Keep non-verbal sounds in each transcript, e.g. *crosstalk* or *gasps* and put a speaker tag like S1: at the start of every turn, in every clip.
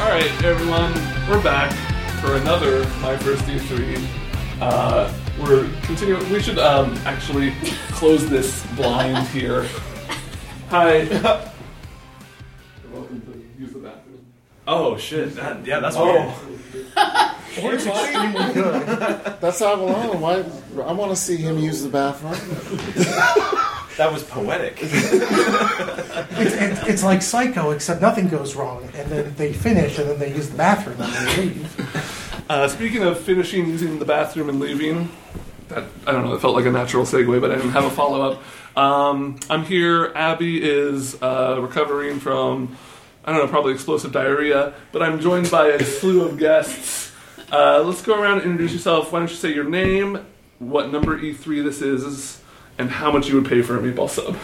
S1: right, everyone, we're back for another My First E3. Uh, we're continuing. We should um, actually close this
S2: *laughs*
S1: blind here. Hi. You're welcome to use the bathroom.
S2: Oh shit! That, yeah,
S1: *laughs*
S2: that's weird.
S1: Oh,
S3: That's Avalon. Why? I want to see him use the bathroom.
S2: That was poetic.
S4: It's, it's, it's like Psycho, except nothing goes wrong, and then they finish, and then they use the bathroom, and they leave.
S1: uh, speaking of finishing using the bathroom and leaving, that I don't know. It felt like a natural segue, but I didn't have a follow up. Um, I'm here. Abby is uh, recovering from I don't know, probably explosive diarrhea. But I'm joined by a slew of guests. Uh, let's go around and introduce yourself. Why don't you say your name, what number E3 this is, and how much you would pay for a meatball sub?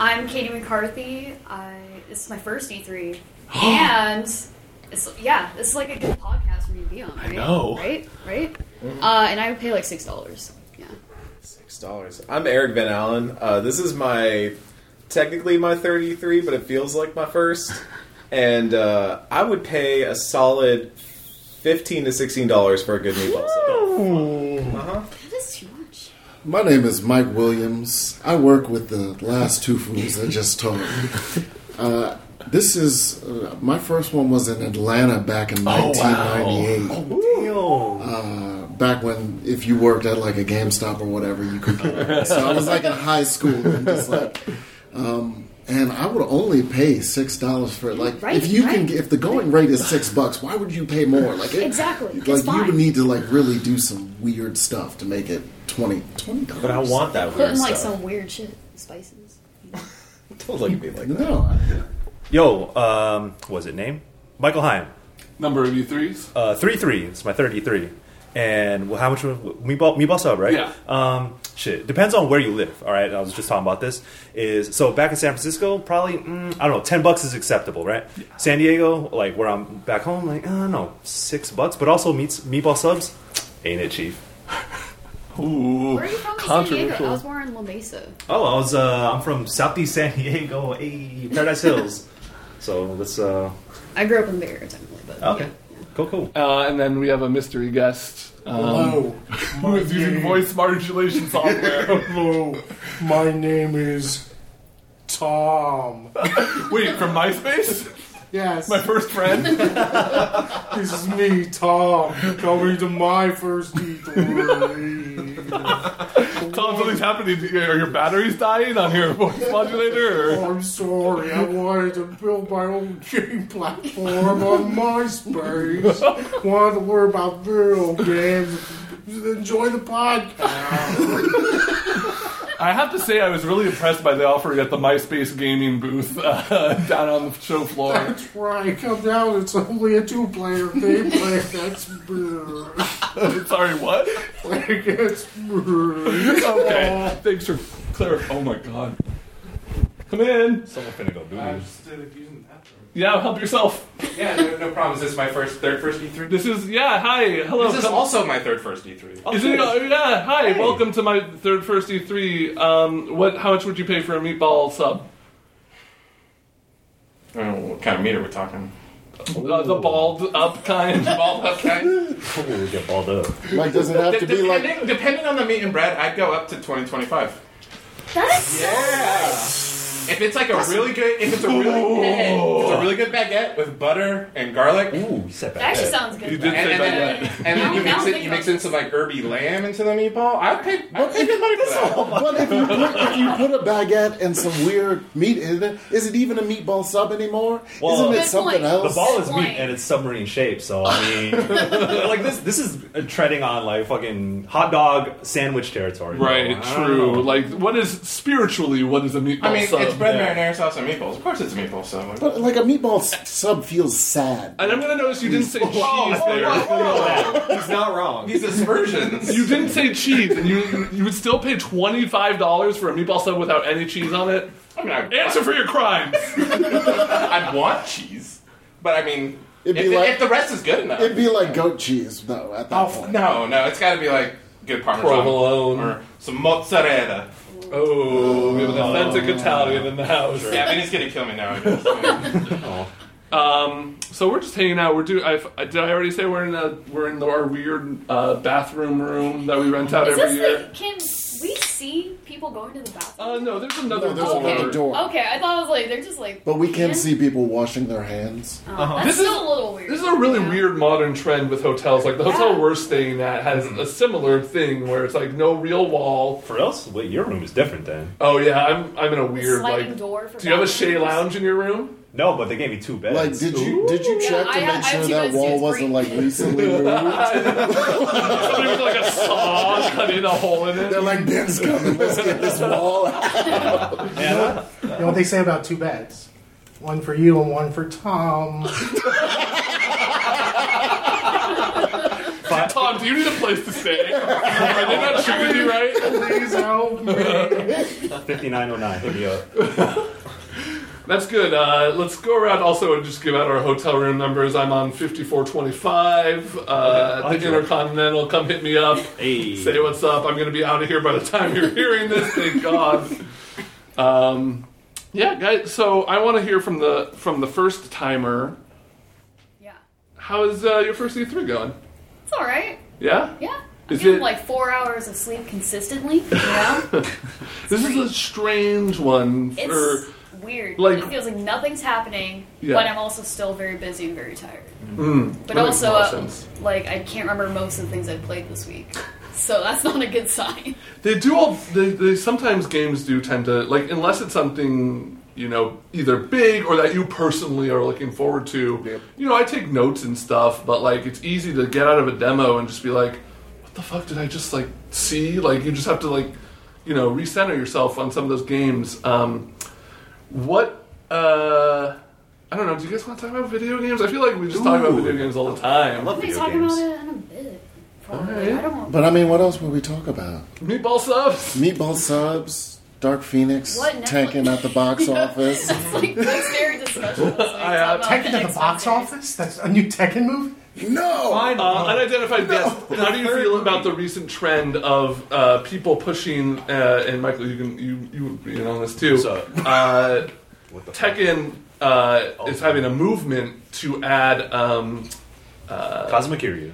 S5: I'm Katie McCarthy. I this is my
S1: *gasps*
S5: first E3, and it's yeah, this is like a good podcast for me to be on. Right? I
S1: know.
S5: right? Right?
S3: Mm-hmm.
S5: Uh, and I would pay like six dollars. Yeah,
S2: Six dollars. I'm Eric Van Allen. Uh, this is my technically my 33, but it feels like my first. And uh, I would pay a solid fifteen to sixteen dollars for a good meatball. sub.
S5: that is too much.
S3: My name is Mike Williams. I work with the last two fools I just told. Uh, this is uh, my first one was in Atlanta back in 1998. Uh, back when if you worked at like a GameStop or whatever, you could. Get so I was like in high school and just like. Um, and I would only pay six dollars for it. Like,
S5: Right,
S3: if you can,
S5: right.
S3: get- if the going rate is six bucks, why would you pay more? Like, it,
S5: Exactly. It's
S3: Like, you
S5: fine.
S3: would need to like really do some weird stuff to make it 20 dollars.
S2: But I want that
S5: Put
S2: weird
S5: in like
S2: stuff.
S5: some weird shit, spices.
S2: Don't look at me *laughs* like that.
S3: No, I-
S6: Yo, um, what was it name? Michael Heim.
S1: Number of E E3s.
S6: Uh, three three. It's my thirty-three. And well, how much was- meatball meatball sub? Right.
S1: Yeah.
S6: Um, shit. Depends on where you live. All right. I was just talking about this. Is so back in San Francisco, probably mm, I don't know. Ten bucks is acceptable, right? San Diego, like where I'm back home, like I don't know, six bucks. But also meats meatball subs, ain't it, chief?
S1: Ooh,
S5: Where are you from? in San Diego. I
S1: controversial.
S5: was born in La Mesa.
S6: Oh, I was. Uh, I'm from Southeast San Diego, *laughs* hey, Paradise Hills. so let's. Uh,
S5: I grew up in the Bay Area, technically, but
S6: okay.
S5: yeah.
S6: Cool. Cool.
S1: Uh, and then we have a mystery guest. Um,
S4: Hello.
S1: Who is using voice modulation software?
S4: Hello. My name is Tom.
S1: *laughs* Wait, from MySpace?
S4: Yes,
S1: My first friend?
S4: this is me, Tom, coming to my first E3.
S1: Tom, something's happening. to you. Are your batteries dying on your voice modulator? Or...
S4: I'm sorry, I wanted to build my own game platform on MySpace. wanted to learn about video games. Enjoy the podcast.
S1: I have to say, I was really impressed by the offering at the MySpace gaming booth uh, *laughs* down on the show floor. *laughs*
S4: That's right, come down, it's only a two player gameplay. That's
S1: Sorry, what?
S4: like it's
S1: Okay, thanks for clarifying. Oh my god. Come in.
S6: Someone finna go do
S1: Yeah, help yourself.
S7: Yeah, no, no problem. This is my first, third first E3.
S1: This is, yeah, hi. Hello.
S7: This is
S1: come-
S7: also my third first E3.
S1: Is it, oh, yeah, hi, welcome to my third first E3. Um, what? How much would you pay for a meatball sub?
S7: I don't know what kind of meter we're talking.
S1: Uh, the balled up kind.
S7: Ball up kind.
S6: We get balled up.
S3: like does it have to be
S7: depending,
S3: like
S7: depending on the meat and bread, I'd go up to 20, 25.
S5: That is
S7: If it's like a really good, if it's a really good, it's a really good baguette with butter and garlic, and,
S6: Ooh, you said
S5: that actually sounds good.
S1: You did
S5: though.
S1: say
S7: and then,
S1: baguette.
S7: and then you
S5: Now-
S7: mix
S5: now
S7: it,
S5: think
S7: you
S5: about
S7: mix in
S5: it.
S7: some like herby lamb into the meatball. I'd pay, I'd pay good money for that.
S3: but if you, put, if you put a baguette and some weird meat in it, is it even a meatball sub anymore?
S6: Well,
S3: Isn't it
S5: Good
S3: something
S5: point.
S3: else?
S6: The ball is meat
S5: Point.
S6: and it's submarine shaped, so I mean, like this this is treading on like fucking hot dog sandwich territory.
S1: Right,
S6: I don't know.
S1: true. Like, what is spiritually? What is a meatball
S7: I mean,
S1: sub?
S7: it's bread
S6: yeah.
S7: marinara sauce and meatballs. Of course, it's a meatball sub.
S3: but like a meatball s- sub feels sad.
S1: and I'm gonna notice you didn't say cheese there.
S2: He's not wrong.
S7: These aspersions.
S1: You didn't say cheese, and you you would still pay twenty five dollars for a meatball sub without any cheese on it.
S7: I mean, I'd,
S1: Answer for your crimes.
S7: I'd want cheese, but I mean,
S3: It'd
S7: if,
S3: be
S7: the-
S3: like-
S7: if the rest is good enough.
S3: It'd be like goat cheese though at that point.
S7: Oh, No, no, it's got to be like good parmesan
S1: Provolone.
S7: or some mozzarella.
S1: Oh, we have an authentic Italian in the house.
S7: *laughs* Yeah, I mean, he's gonna kill me now. I guess.
S1: Um, so we're just hanging out. We're do. I, I- did I already say we're in a we're in the, our weird uh, bathroom room that we rent out
S5: Is
S1: every
S5: this
S1: year.
S5: the, can we see people going to the bathroom?
S1: Uh, no, there's another
S3: No, there's
S1: door.
S3: another door.
S5: Okay, I thought it was like they're just like.
S3: But we can
S5: Yeah.
S3: see people washing their hands.
S5: Oh, That's
S1: Uh-huh. This is-
S5: still a little weird.
S1: This is a really
S5: Yeah.
S1: weird modern trend with hotels. Like the hotel
S5: Yeah.
S1: we're staying at has a similar thing where it's like no real wall.
S6: For else, well, your room is different then.
S1: Oh yeah, I'm I'm in a weird
S5: sliding
S1: like.
S5: door for
S1: do you have a
S5: bathrooms.
S1: Shea lounge in your room?
S6: No, but they gave me two beds.
S3: Like, did you did you
S5: Yeah,
S3: check
S5: I
S3: to make
S5: ha- I have
S3: sure
S5: two
S3: that
S5: beds,
S3: wall
S5: it's
S3: wasn't
S5: free.
S3: like
S5: *laughs*
S3: recently moved?
S1: Somebody with like a saw cut in a hole in it.
S3: They're like, Ben's coming. Let's get this wall out.
S6: Yeah.
S4: You know what they say about two beds? One for you and one for Tom.
S6: Fi-
S1: Tom, do you need a place to stay? Are they not treating you right?
S4: Please help me.
S6: 5909, hit me up.
S1: That's good. Uh, let's go around also and just give out our hotel room numbers. I'm on 5425 uh,
S6: Okay.
S1: at the Intercontinental. Come hit me up.
S6: Hey.
S1: Say what's up. I'm going to be out of here by the time you're hearing this. Thank God. Um, yeah, guys. So I want to hear from the from the first timer.
S5: Yeah.
S1: How is uh, your first E3 going?
S5: It's all right.
S1: Yeah.
S5: Yeah.
S1: Is
S5: I get
S1: it-
S5: like four hours of sleep consistently.
S1: *laughs*
S5: You know,
S1: This is a strange one. For,
S5: it's weird.
S1: like-
S5: it feels like nothing's happening,
S1: Yeah. Mm.
S5: but I'm also still very busy and very tired.
S1: that
S5: But
S1: makes
S5: also,
S1: a lot of
S5: uh,
S1: sense.
S5: like I can't remember most of the things I played this week, so that's not a
S1: *laughs*
S5: good sign.
S1: They do all. They, they sometimes games do tend to like unless it's something you know either big or that you personally are looking forward to. You know, I take notes and stuff, but like it's easy to get out of a demo and just be like, "What the fuck did I just like see?" Like you just have to like you know recenter yourself on some of those games. Um, what? uh I don't know. Do you guys want to talk about video games? I feel like we just talk about
S6: Ooh.
S1: video games all the time.
S6: love
S5: We'll be
S6: video
S5: talking
S6: games.
S5: about it in a bit. Probably.
S1: Alright.
S5: I don't want. *laughs*
S3: But I mean, what else would we talk about?
S1: meatball subs.
S3: Meatball subs, Dark Phoenix,
S5: What Netflix-
S3: tanking at the
S5: *laughs*
S3: box office.
S5: That's like that's very discussion.
S1: I, uh,
S4: Tekken at the box office? That's a new Tekken movie?
S3: No,
S1: Uh, unidentified guest. How do you feel about the recent trend of uh, people pushing? Uh, and Michael, you can you you would be in on this too.
S6: What's up?
S1: Uh,
S6: What the Oh. fuck?
S1: Tekken uh, is having a movement to add um,
S6: Cosmic Kiryu.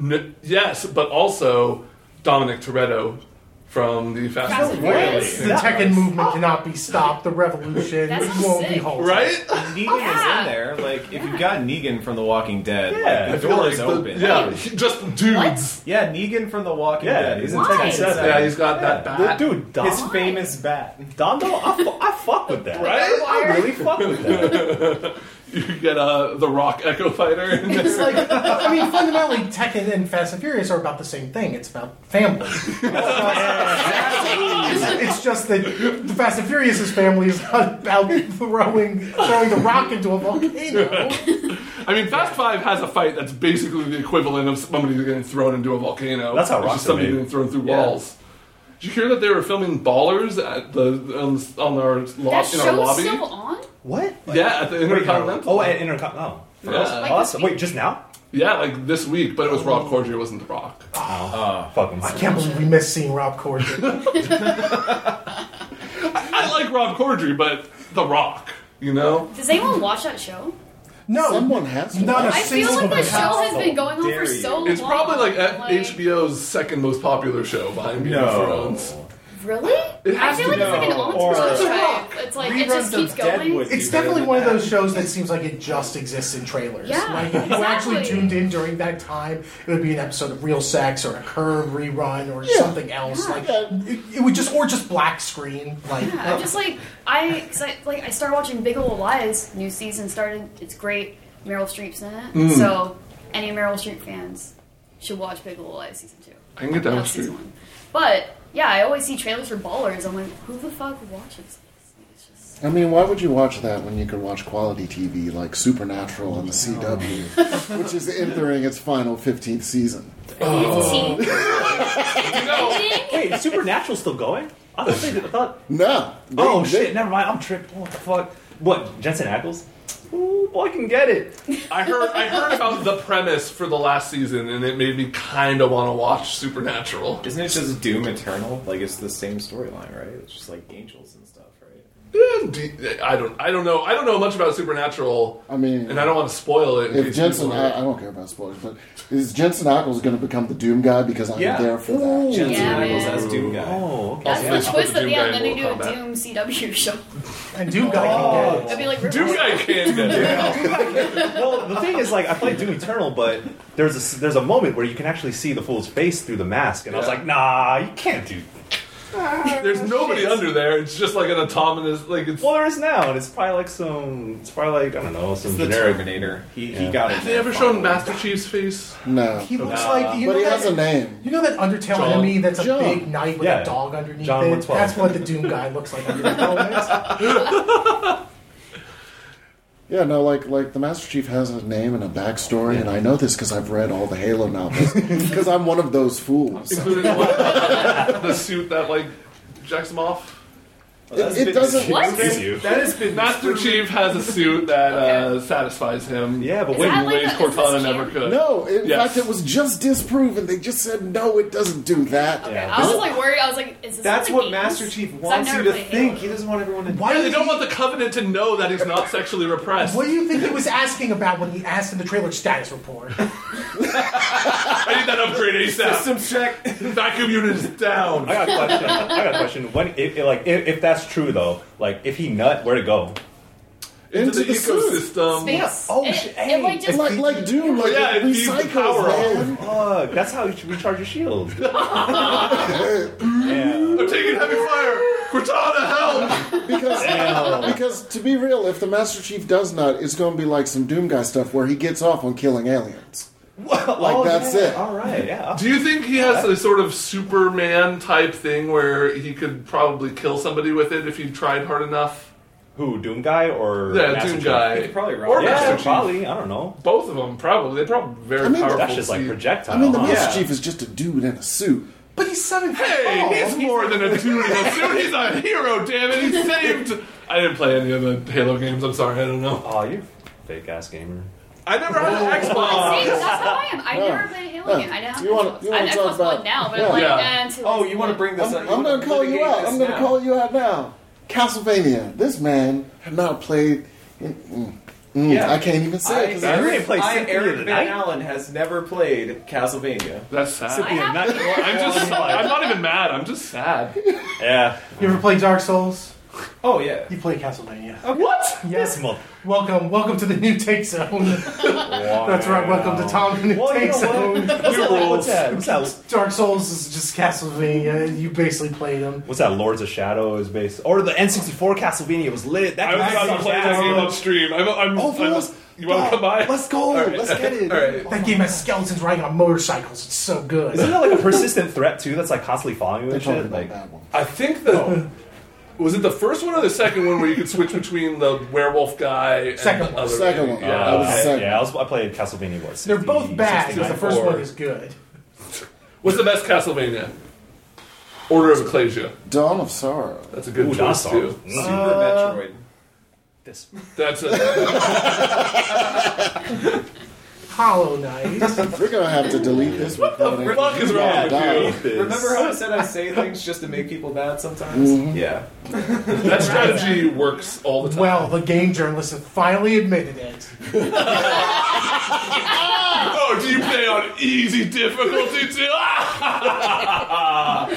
S1: n- yes, but also Dominic Toretto from the Fast
S5: Fast
S1: and
S5: and Furious.
S1: Furious.
S4: The Tekken movement cannot be stopped. The revolution
S5: That sounds
S4: won't be
S5: sick.
S4: halted.
S1: Right?
S2: Negan is
S5: yeah.
S2: in there. Like, if you've got Negan from The Walking Dead,
S6: Yeah,
S2: like,
S6: I
S2: the
S6: feel
S2: door
S1: Like
S2: is
S1: the-
S2: open.
S1: Yeah, he- just dudes.
S2: Yeah, Negan from The Walking
S6: Yeah,
S2: Dead. He's in
S5: why?
S2: Tekken
S5: Yeah,
S2: Seven.
S1: Yeah, he's got that
S6: The
S1: bat.
S6: dude, Don.
S2: his famous bat.
S6: Don, Don, I, fu- I fuck with that.
S1: Right?
S6: I really fuck with that.
S1: You get uh, the Rock Echo Fighter. in there.
S4: It's like, I mean, fundamentally, Tekken and Fast and Furious are about the same thing. It's about family. it's, it's just that the Fast and Furious' family is not about throwing throwing the rock into
S5: *laughs*
S4: a volcano.
S1: I mean, Fast Five has a fight that's basically the equivalent of somebody getting thrown into a volcano.
S6: That's how
S1: It's just
S6: Rockstar
S1: somebody
S6: made it.
S1: getting thrown through
S2: Yeah.
S1: walls. Did you hear that they were filming Ballers at the on, on our lo-
S5: That
S1: in our
S5: show's
S1: lobby?
S5: still on.
S6: What?
S1: yeah, at the Intercontinental.
S6: Oh, at Intercom. Oh. For
S1: Yeah.
S6: us?
S1: Like
S6: awesome. Wait, just now?
S1: Yeah, like this week, but it was Rob Corddry, it wasn't The Rock.
S6: Oh. Fuck him.
S4: I can't believe we missed seeing Rob Corddry.
S1: I like Rob Corddry, but The Rock, you know?
S5: Does anyone watch that show?
S4: No,
S3: someone has to.
S4: Not a
S5: I feel like that show has
S6: How
S5: been going on
S2: dare
S5: for so long.
S1: It's probably like, uh, at HBO's second most popular show behind Game of Thrones.
S5: Really?
S1: It
S5: I
S1: has
S5: feel
S1: to
S5: like
S1: be.
S5: it's like an
S2: No,
S5: entourage
S2: or-
S5: type. It's like it
S2: Reruns
S5: just
S2: of
S5: keeps going.
S2: Deadwood.
S4: It's
S2: Be
S4: definitely
S2: better
S4: one of
S2: than
S4: those shows that seems like it just exists in trailers.
S5: Yeah,
S4: like if you actually
S5: exactly.
S4: tuned in during that time, it would be an episode of Real Sex or a Curb rerun or something else. Like it, it would just or just black screen. Like
S5: Yeah, I'm just like I, cause I like I started watching Big Little Lies. New season started. It's great. Meryl Streep's in it.
S1: Hmm.
S5: So any Meryl Streep fans should watch Big Little Lies season two.
S1: I can get down
S5: Not
S1: with
S5: season
S1: Streep.
S5: one. But yeah, I always see trailers for Ballers. I'm like, who the fuck watches this? Like, It's just
S3: I mean, why would you watch that when you could watch quality TV like Supernatural and The CW, which is entering its final 15th season?
S5: fifteen.
S1: You know,
S6: Wait, is Supernatural's still going? I thought they did. I thought.
S3: No. They-
S6: Oh
S3: they-
S6: shit! Never mind. I'm tripped. What the fuck? What? Jensen Ackles? Ooh, fucking get it.
S1: I heard I heard about the premise for the last season, and it made me kind of want to watch Supernatural.
S2: Isn't it just Doom Eternal? Like it's the same storyline, right? It's just like angels and stuff, right?
S1: Eh, d- I don't I don't know I don't know much about Supernatural,
S3: I mean,
S1: and I don't want to spoil it. in
S3: if
S1: case
S3: Jensen,
S1: people-
S3: I, I don't care about spoilers, but is Jensen Ackles going to become the Doom guy because I'm
S2: Yeah.
S3: there for that?
S2: Jensen
S5: Yeah,
S2: Ackles
S5: man.
S2: as Doom guy.
S6: Oh, okay.
S5: That's
S1: Yeah,
S5: the
S1: she
S5: twist
S1: put the
S5: at the
S1: Doom
S5: end.
S1: guy
S5: Then
S1: in
S5: they do a
S1: Mortal Kombat.
S5: Doom CW *laughs* show.
S6: And Doom Guy can get it.
S5: It'd be like
S1: Doom guy can get it.
S6: *laughs* Well, the thing is, like, I played Doom Eternal, but there's a, s- there's a moment where you can actually see the fool's face through the mask, and I was
S1: Yeah.
S6: like, nah, you can't do.
S1: There's nobody under there. It's just like an autonomous like it's.
S6: Well, there is now, and it's probably like some, it's probably like I don't know, some
S2: The
S6: generic.
S2: Terminator. He,
S6: Yeah.
S2: he got it.
S1: Have they ever shown Master Chief's face?
S3: No,
S8: He looks like you
S3: but
S8: know
S3: he
S8: that,
S3: has a name.
S8: You know that Undertale
S1: John.
S8: enemy that's a
S3: John.
S8: big knight with
S6: Yeah.
S8: a dog underneath
S6: John
S8: it?
S6: 112.
S8: That's what the Doom guy looks like under the helmet.
S3: Yeah, no, like like the Master Chief has a name and a backstory, and I know this because I've read all the Halo novels because I'm one of those fools. It,
S1: including the, one, *laughs* the suit that like jacks him off.
S2: that's
S3: it
S2: been-
S3: doesn't.
S5: What?
S6: Excuse you.
S2: That has been
S1: Master Chief has a suit that uh, satisfies him.
S6: Yeah, but
S5: Is
S6: wait,
S5: that like
S1: ways
S5: a- is this
S1: Cortana never
S5: canon?
S1: could.
S3: No, in
S1: Yes.
S3: fact, it was just disproven. They just said no, it doesn't do that.
S5: Okay,
S6: Yeah.
S5: I was like worried. I was like, is this
S2: That's
S5: in the
S2: what
S5: games?
S2: Master Chief
S5: 'Cause I've
S2: wants you
S5: never
S2: to
S5: played
S2: think.
S5: Halo.
S2: He doesn't want everyone to.
S8: Why
S1: Yeah, they
S8: did
S1: don't
S8: he-
S1: want the Covenant to know that he's not sexually repressed.
S8: What do you think he was asking about when he asked in the trailer status report?
S1: I need that upgrade ASAP.
S2: System
S1: *laughs*
S2: check.
S1: Vacuum unit is down.
S6: I got a question. I got a question. When, if, if, like, if, if that's true though, like, if he nut, where to go?
S1: Into,
S3: Into
S1: the,
S3: the suit.
S1: ecosystem.
S5: Space.
S6: Oh,
S5: it,
S6: shit,
S5: It
S6: hey.
S5: might just
S3: Like like Doom, like
S1: Yeah,
S3: it
S1: it feeds the
S3: recycles,
S1: power off.
S3: man.
S6: Fuck, that's how you should recharge your shield. yeah.
S1: I'm taking heavy fire. Cortana, help!
S3: Because
S6: Damn.
S3: Because to be real, if the Master Chief does not, it's going to be like some Doom guy stuff where he gets off on killing aliens. Like
S1: oh,
S3: that's
S6: Oh, yeah.
S3: it.
S6: All right, yeah.
S1: Do you think he has a sort of Superman type thing where he could probably kill somebody with it if he tried hard enough?
S6: Who, Doom Guy or
S1: Yeah,
S6: Master
S1: Doom
S6: Chief?
S1: Guy.
S2: could probably rob
S1: or
S2: him.
S1: Master
S6: Yeah,
S1: Chief.
S6: probably. I don't know.
S1: Both of them, probably. They're probably very
S3: I mean,
S1: powerful.
S6: That's just like
S1: seed.
S6: projectile.
S3: I mean, the
S6: huh?
S3: Master
S2: Yeah.
S3: Chief is just a dude in a suit.
S8: but he's seven.
S1: Hey,
S3: Oh,
S1: he's more than
S3: *laughs*
S1: a dude in a suit. He's a hero, damn it. He saved. I didn't play any of the Halo games. I'm sorry. I don't know. Oh.
S6: Oh, you fake ass gamer.
S1: I never had an Xbox.
S5: See, that's how I am. I
S3: Yeah.
S5: never played Halo
S3: Yeah.
S5: game. I didn't have
S3: You wanna-
S5: Xbox.
S3: you
S5: I
S3: wanna
S5: have
S3: talk
S5: Xbox
S3: about-
S5: One now, but
S3: Yeah.
S5: I'm like,
S1: Yeah.
S5: eh, until
S2: Oh,
S5: it's
S2: you want to
S5: good.
S2: bring this
S3: I'm,
S2: up?
S3: I'm going to call you out. I'm going to call you out now. Castlevania. This man had not played. mm, mm, mm,
S2: Yeah.
S3: I can't even say it. 'cause
S6: I-
S3: I-
S6: You ain't played
S2: I,
S6: Symphony of the
S2: Eric Van
S6: Night?
S2: Allen has never played Castlevania.
S1: *laughs* That's sad. Oh
S5: I have
S6: Not-
S5: to-
S1: I'm just. I'm not even mad. I'm just sad.
S6: yeah.
S8: You ever played Dark Souls?
S2: Oh yeah.
S8: You played Castlevania.
S6: What?
S8: Yeah.
S6: Yes, month.
S8: Welcome, welcome to the new take zone. That's right. Welcome to Tom the new
S6: Well, you
S8: take
S6: know what?
S8: zone.
S6: What's that, what's that? What's that?
S8: Dark Souls is just Castlevania. You basically played them.
S6: What's that? Lords of Shadow is based, or the N64 Castlevania was lit. That
S1: I was about to
S6: sucked
S1: play that
S6: ass.
S1: game on stream. I'm. I'm,
S3: Oh,
S1: I'm
S3: fools.
S1: you want to come by?
S3: Let's go. Let's get it.
S1: All right.
S8: That game has skeletons riding on motorcycles. It's so good.
S6: Isn't that like a persistent threat too? That's like constantly following you
S3: They're
S6: and
S3: talking
S6: shit.
S3: about
S6: Like,
S3: that one.
S1: I think the. Was it the first one or the second one where you could switch between the werewolf guy?
S8: Second
S1: and the
S8: one.
S1: other
S3: Second one.
S1: Yeah.
S3: That was the
S6: I,
S3: second.
S6: yeah, I, was, I played Castlevania. What?
S8: They're both
S6: 60,
S8: bad, because the
S6: 69.
S8: first
S1: or-
S8: one is good.
S1: What's the best Castlevania? Order of Ecclesia.
S3: Dawn of Sorrow.
S1: That's a good
S6: Ooh, Mm.
S1: choice
S6: that's
S1: too.
S6: awesome.
S2: Super Metroid.
S6: This.
S1: That's a,
S8: Hollow Knight.
S3: We're going to have to delete this one. What
S1: the fuck is wrong with you?
S2: Remember how I said I *laughs* say things just to make people mad sometimes? Yeah.
S1: That strategy works all the time.
S8: *laughs* well, the game journalist has finally admitted it.
S1: oh, do you play on easy difficulty too? Ah!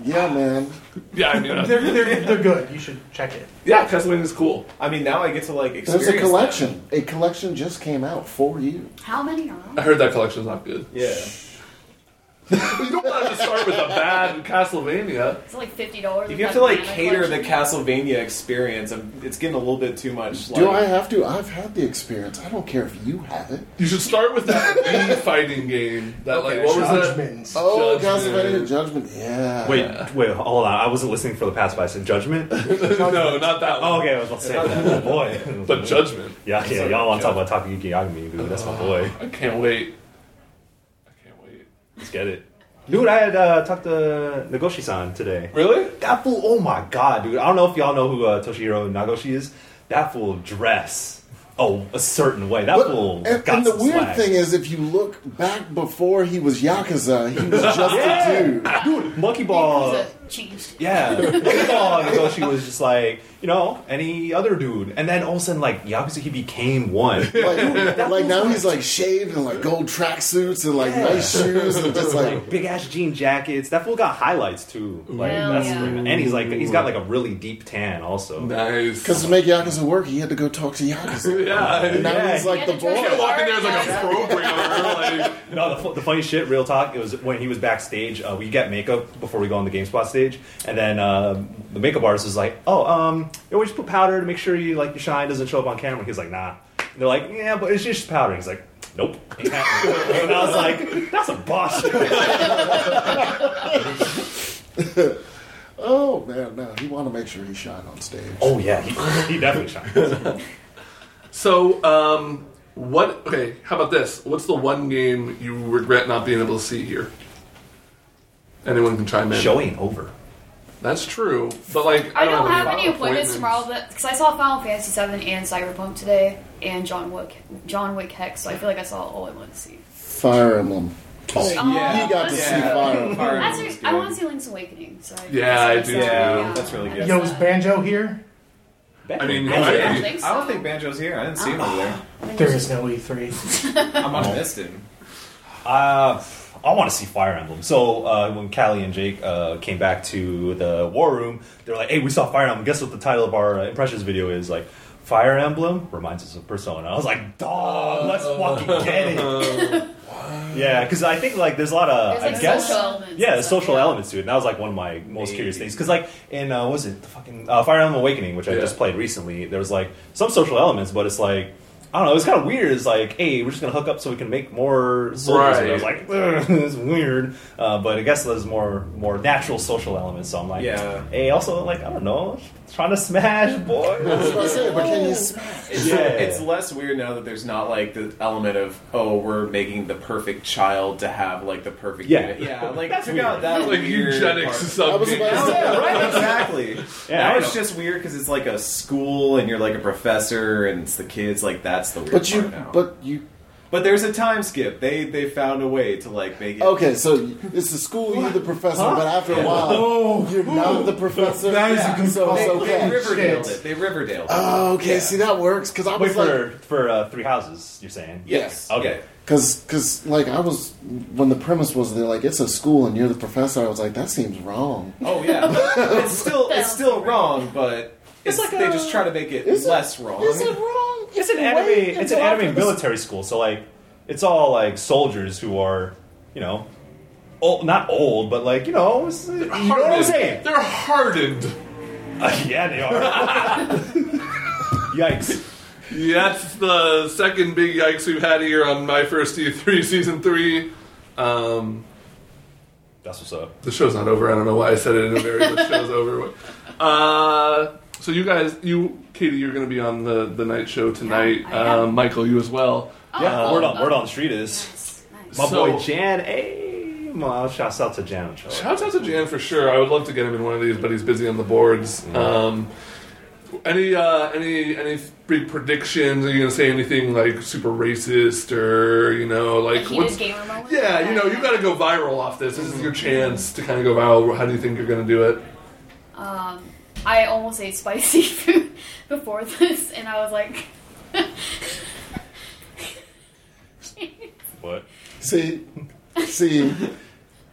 S3: Yeah, man.
S1: yeah, I mean, uh,
S8: *laughs* They're, they're, they're good. You should check it.
S1: yeah, Castlevania's cool.
S2: I mean, now I get to like experience.
S3: There's a collection. A collection just came out for you.
S5: How many are
S1: I
S5: on?
S1: heard that collection's not good.
S2: that. Yeah.
S1: You don't have to start with a bad Castlevania.
S5: It's like fifty dollars.
S2: If you have to like cater the Castlevania experience, i it's getting a little bit too much. Like,
S3: Do I have to? I've had the experience. I don't care if you have it.
S1: You should start with that Wii fighting game. That like what was that?
S8: Judgments.
S3: Oh,
S1: Judgment.
S3: Castlevania Judgment. Yeah.
S6: Wait, wait, hold on. I wasn't listening for the past, but I
S2: *laughs*
S6: said
S1: *laughs*
S6: Judgment.
S1: No, not that one.
S6: Oh, okay, I was about to say that. Oh, boy.
S1: But Judgment.
S6: Yeah, yeah, y'all want to talk about Takayuki Agami, dude. That's my
S2: Uh,
S6: boy.
S1: I can't wait. I can't wait.
S6: Let's get it. Dude, I had uh, talked to Nagoshi-san today.
S1: Really?
S6: That fool, oh my god, dude. I don't know if y'all know who uh, Toshihiro Nagoshi is. That fool dress. a, a certain way. That
S3: But-
S6: fool
S3: and,
S6: got
S3: and the
S6: some
S3: weird
S6: swag.
S3: thing is, if you look back before he was Yakuza, he was just
S1: *laughs*
S3: a dude.
S6: dude, Monkey Ball.
S5: Yakuza changed.
S6: *laughs* Yeah, Monkey Ball Nagoshi was just like you know any other dude, and then all of a sudden like Yakuza he became one.
S3: *laughs* Like, like now he's like shaved and like gold tracksuits and like nice shoes and just like
S6: Like big ass jean jackets. That fool got highlights too. Like
S5: Hell
S6: that's
S5: yeah.
S6: and he's like he's got like a really deep tan also.
S1: Nice.
S3: because to make Yakuza work, he had to go talk to Yakuza.
S1: yeah.
S3: And now
S6: *laughs* Yeah.
S3: he's like the
S5: He had
S1: I
S3: boy.
S5: to dress up.
S1: walk in there as like a programmer. Like,
S6: No, the, fu- the funny shit, real talk, it was when he was backstage. Uh, we get makeup before we go on the GameSpot stage, and then uh, the makeup artist is like, "Oh, um, yeah, we just put powder to make sure you like your shine doesn't show up on camera." He's like, "Nah." And they're like, "Yeah, but it's just powder." He's like, "Nope." ain't happening." *laughs* and I was like, "That's a boss." *laughs*
S3: Oh man, no, he want to make sure he shine on stage.
S6: oh yeah, he, he definitely shines.
S1: so, um, what? Okay, how about this? What's the one game you regret not being able to see here? Anyone can chime in.
S6: Show ain't over.
S1: That's true, but like
S5: I don't have any
S1: follow-up
S5: appointments tomorrow, but because I saw Final Fantasy VII and Cyberpunk today, and John Wick, John Wick Hex, so I feel like I saw all I wanted to see.
S3: Fire Emblem.
S5: Oh,
S3: He got to see Fire Emblem.
S2: Fire
S5: That's
S2: Emblem's
S5: actually- I
S2: good.
S5: want to see Link's Awakening. So I
S1: Yeah, I do
S6: too.
S2: That's really good.
S8: Yo, is Banjo here?
S1: I mean,
S5: I
S1: I-
S5: don't think so.
S2: I don't think Banjo's here. I didn't see him over
S5: Ah.
S2: there.
S8: There is no E E3.
S2: I might have missed him.
S6: Uh, I want to see Fire Emblem. So uh, when Callie and Jake uh, came back to the war room, they were like, "Hey, we saw Fire Emblem. Guess what the title of our uh, impressions video is?" Like, Fire Emblem reminds us of Persona. I was like, "Dog, let's fucking get it."
S1: *laughs*
S6: yeah, because I think like there's a lot of
S5: There's, like,
S6: I guess
S5: social elements
S6: yeah,
S5: and
S6: there's
S5: stuff,
S6: social
S5: yeah.
S6: elements to it. And that was like one of my most curious
S2: Maybe.
S6: things because like in uh, what was it the fucking uh, Fire Emblem Awakening, which I
S1: Yeah.
S6: just played recently, there was like some social elements, but it's like. I don't know. It's kind of weird. It's like, hey, we're just gonna hook up so we can make more soldiers. And I was
S1: Right.
S6: like, "Ugh, *laughs* this is weird. Uh, but I guess there's more more natural social elements. So I'm like,
S2: Yeah.
S6: Hey, also like I don't know, trying to smash
S3: I was *laughs*
S6: boy.
S3: about to say, but can you
S6: Oh.
S3: smash?
S2: It's,
S6: Yeah.
S2: it's less weird now that there's not like the element of oh we're making the perfect child to have like the perfect
S6: Yeah.
S2: unit. yeah like
S6: That's
S2: took out
S6: weird.
S2: that
S1: Like
S2: weird
S1: eugenics
S2: part. Oh,
S1: or something.
S3: I was about to
S2: yeah,
S3: say.
S6: *laughs*
S2: right exactly
S6: Yeah, I
S2: now it's
S6: know.
S2: just weird because it's like a school and you're like a professor and it's the kids like that's the weird
S3: But you,
S2: part now.
S3: but you.
S2: But there's a time skip they they found a way to like make it
S3: Okay, so it's the school, you the professor, but after a while,
S6: Oh.
S3: you're not the professor.
S8: That is a good
S3: so
S8: call.
S3: it's
S2: they, they
S3: okay.
S2: Riverdale
S8: Shit.
S2: it they Riverdale it.
S3: Oh, okay.
S2: Yeah.
S3: See, that works because I was
S6: Wait for
S3: like,
S6: for uh, three houses. You're saying?
S2: yes
S6: Okay.
S3: because because like I was when the premise was they're like it's a school and you're the professor. I was like, that seems wrong.
S2: yeah. oh yeah it's still it's still wrong but it's,
S6: like
S2: they
S6: a-
S2: just try to make it
S3: Is it-
S2: less wrong
S3: Is it wrong?
S6: It's an anime. It's an anime military school. So like, it's all like soldiers who are, you know, old, not old, but like you know, it's- you know
S1: hardened.
S6: what I'm saying? *laughs*
S1: They're hardened.
S6: Uh, yeah, they are. *laughs* Yikes.
S1: That's the second big yikes we've had here on my first E3 season three. Um,
S6: That's what's up.
S1: the show's not over. I don't know why I said it in a very
S5: *laughs*
S1: the show's over. Uh, so you guys, you Katie, you're going to be on the the night show tonight.
S5: I am.
S1: Um, Michael, you as well.
S6: Yeah,
S5: Oh,
S6: Uh, word on
S5: oh,
S6: word on the street is
S5: nice, nice.
S6: my
S1: So-
S6: boy Jan. Hey, well, shouts out to Jan. Cho.
S1: Shout out to Jan for sure. I would love to get him in one of these, but he's busy on the boards. Um, any uh, any any big predictions? Are you going to say anything like super racist or you know
S5: A
S1: like
S5: heated
S1: what's-
S5: gamer moment.
S1: Yeah, you know, you got to go viral off this. This is
S5: Mm-hmm.
S1: your chance to kind of go viral. How do you think you're going to do it?
S5: Um, I almost ate spicy *laughs* food before this, and I was like, *laughs*
S6: What?
S3: See, see.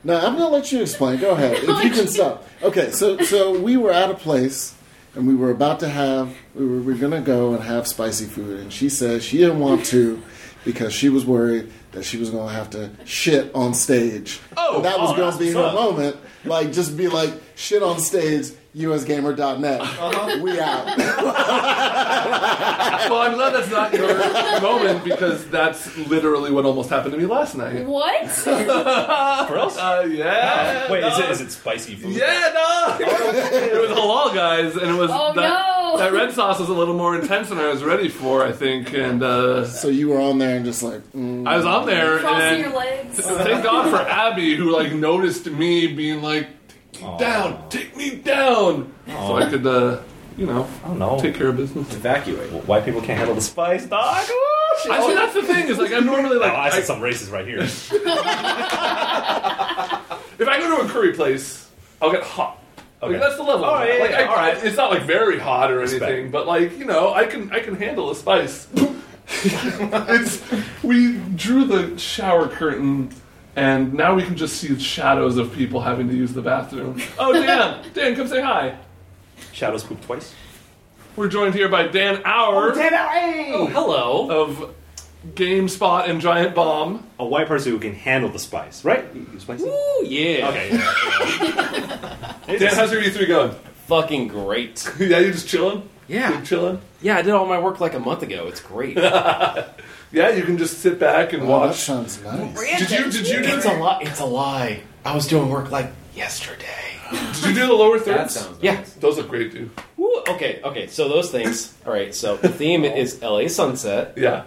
S3: No, I'm gonna let you explain. Go ahead. If you can stop. Okay, so so we were at a place and we were about to have we were, we were gonna go and have spicy food, and she said she didn't want to because she was worried that she was gonna have to shit on stage.
S1: Oh,
S3: and that was
S6: oh,
S3: gonna
S6: that's
S3: be her
S6: what's up.
S3: moment. Like, just be like shit on stage. USGamer.net. We out.
S1: Well, I'm glad that's not your moment because that's literally what almost happened to me last night.
S5: *laughs* "What?
S6: For us?
S1: Uh, yeah.
S6: Wait,
S1: no.
S6: is it is it spicy food?
S1: Yeah, no. it was halal, guys, and it was
S5: Oh,
S1: that,
S5: no.
S1: that red sauce was a little more intense than I was ready for, I think, and uh,
S3: So you were on there and just like, mm,
S1: I was on there
S5: Crossing
S1: and.
S5: your legs." *laughs*
S1: Thank God for Abby, who like noticed me being like, "Take me down, take me down," so I could uh, you know,
S6: I don't know.
S1: take care of business.
S2: Evacuate.
S6: White people can't handle the spice, dog. Oh, shit.
S1: I see that's the thing is like I'm normally like
S6: Oh, I
S1: I-
S6: said some racist right
S1: *laughs*
S6: here.
S1: if I go to a curry place, I'll get hot.
S6: Okay.
S1: Like that's the level.
S6: Oh,
S1: I'm at.
S6: yeah,
S1: like,
S6: yeah,
S1: I,
S6: all right.
S1: It's not like very hot or
S6: Respect.
S1: anything, but like you know, I can I can handle a *laughs* spice. it's we drew the shower curtain, and now we can just see shadows of people having to use the *laughs* bathroom. Oh, Dan, Dan, come say hi.
S6: Shadows poop twice.
S1: We're joined here by Dan Hour
S7: Oh, hello.
S1: of GameSpot and Giant Bomb.
S6: A white person who can handle the spice, right? You you spicy?
S7: Ooh,
S6: *laughs*
S7: yeah.
S6: Okay. yeah,
S7: *laughs*
S6: yeah. It's
S1: Dan,
S6: just-
S1: how's your E3 going?
S7: Fucking great.
S1: *laughs* yeah, you just chilling.
S7: Yeah.
S1: you chilling.
S7: Yeah, I did all my work like a month ago. It's *laughs* great.
S1: Yeah, you can just sit back and
S3: Oh, that
S1: watch.
S3: sounds nice.
S1: Did you did you do
S7: it's a lie. It's a lie. I was doing work like yesterday.
S1: Did you do the lower
S2: That
S1: thirds?
S2: sounds
S7: Yeah.
S2: nice.
S1: Those look great, dude.
S7: Ooh, okay, okay. So those things. All right. So the theme is LA sunset.
S1: Yeah.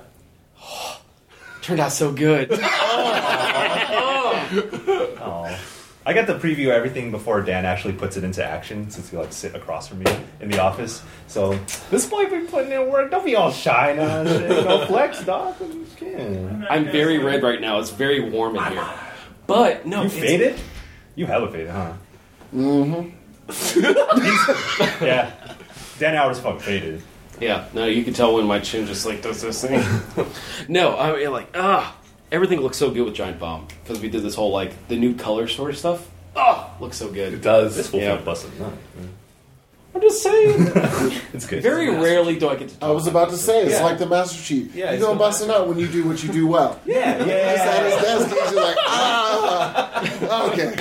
S7: Turned out so good.
S6: Aw. I got to preview everything before Dan actually puts it into action, since he like sit across from me in the office. So this boy been putting in work. Don't be all shy now. and shit.
S7: *laughs*
S6: Go flex, dog. You can.
S7: I'm very red right now. It's very warm in here. But no,
S6: You
S7: it's-
S6: faded? You hella faded, huh? Mm-hmm. *laughs* yeah. Dan Howard's fuck faded.
S7: Yeah. No, you can tell when my chin just like does this *laughs* thing. no, I mean like ah, everything looks so good with Giant Bomb because we did this whole like the new color story stuff. Oh, *laughs* looks so good.
S6: This
S1: does.
S6: will
S7: Yeah.
S6: feel busted. No,
S7: I'm just saying.
S6: It's good.
S7: very rarely do I get to. Talk
S3: I was about to say, it's like the Master Chief.
S2: Yeah,
S3: you
S2: it's
S3: don't
S2: the
S3: bust it out when you do what you do well.
S6: Yeah, yeah.
S3: He's at his desk, he's just like, ah, okay.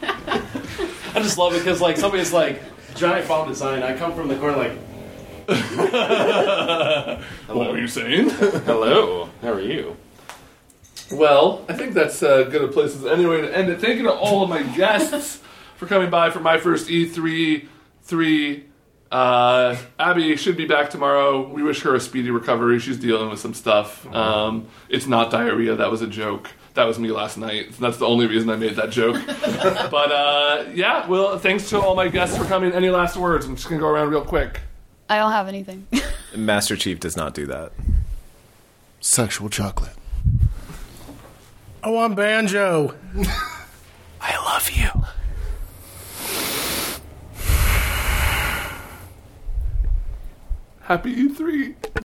S7: I just love it because like somebody's like Giant Bomb design. I come from the corner like
S1: What were you saying? *laughs*
S7: hello, how are you?
S1: well, I think that's uh, good a place as any way to end it. Thank you to all of my guests for coming by for my first E3 three. Uh, Abby should be back tomorrow. We wish her a speedy recovery. She's dealing with some stuff. Um, it's not diarrhea. That was a joke. That was me last night. That's the only reason I made that
S7: *laughs*
S1: joke. but uh, yeah, well, thanks to all my guests for coming. Any last words? I'm just gonna go around real quick.
S5: I don't have anything.
S2: Master Chief does not do that.
S3: Sexual chocolate.
S8: I want banjo.
S7: I love you.
S1: Happy E E3.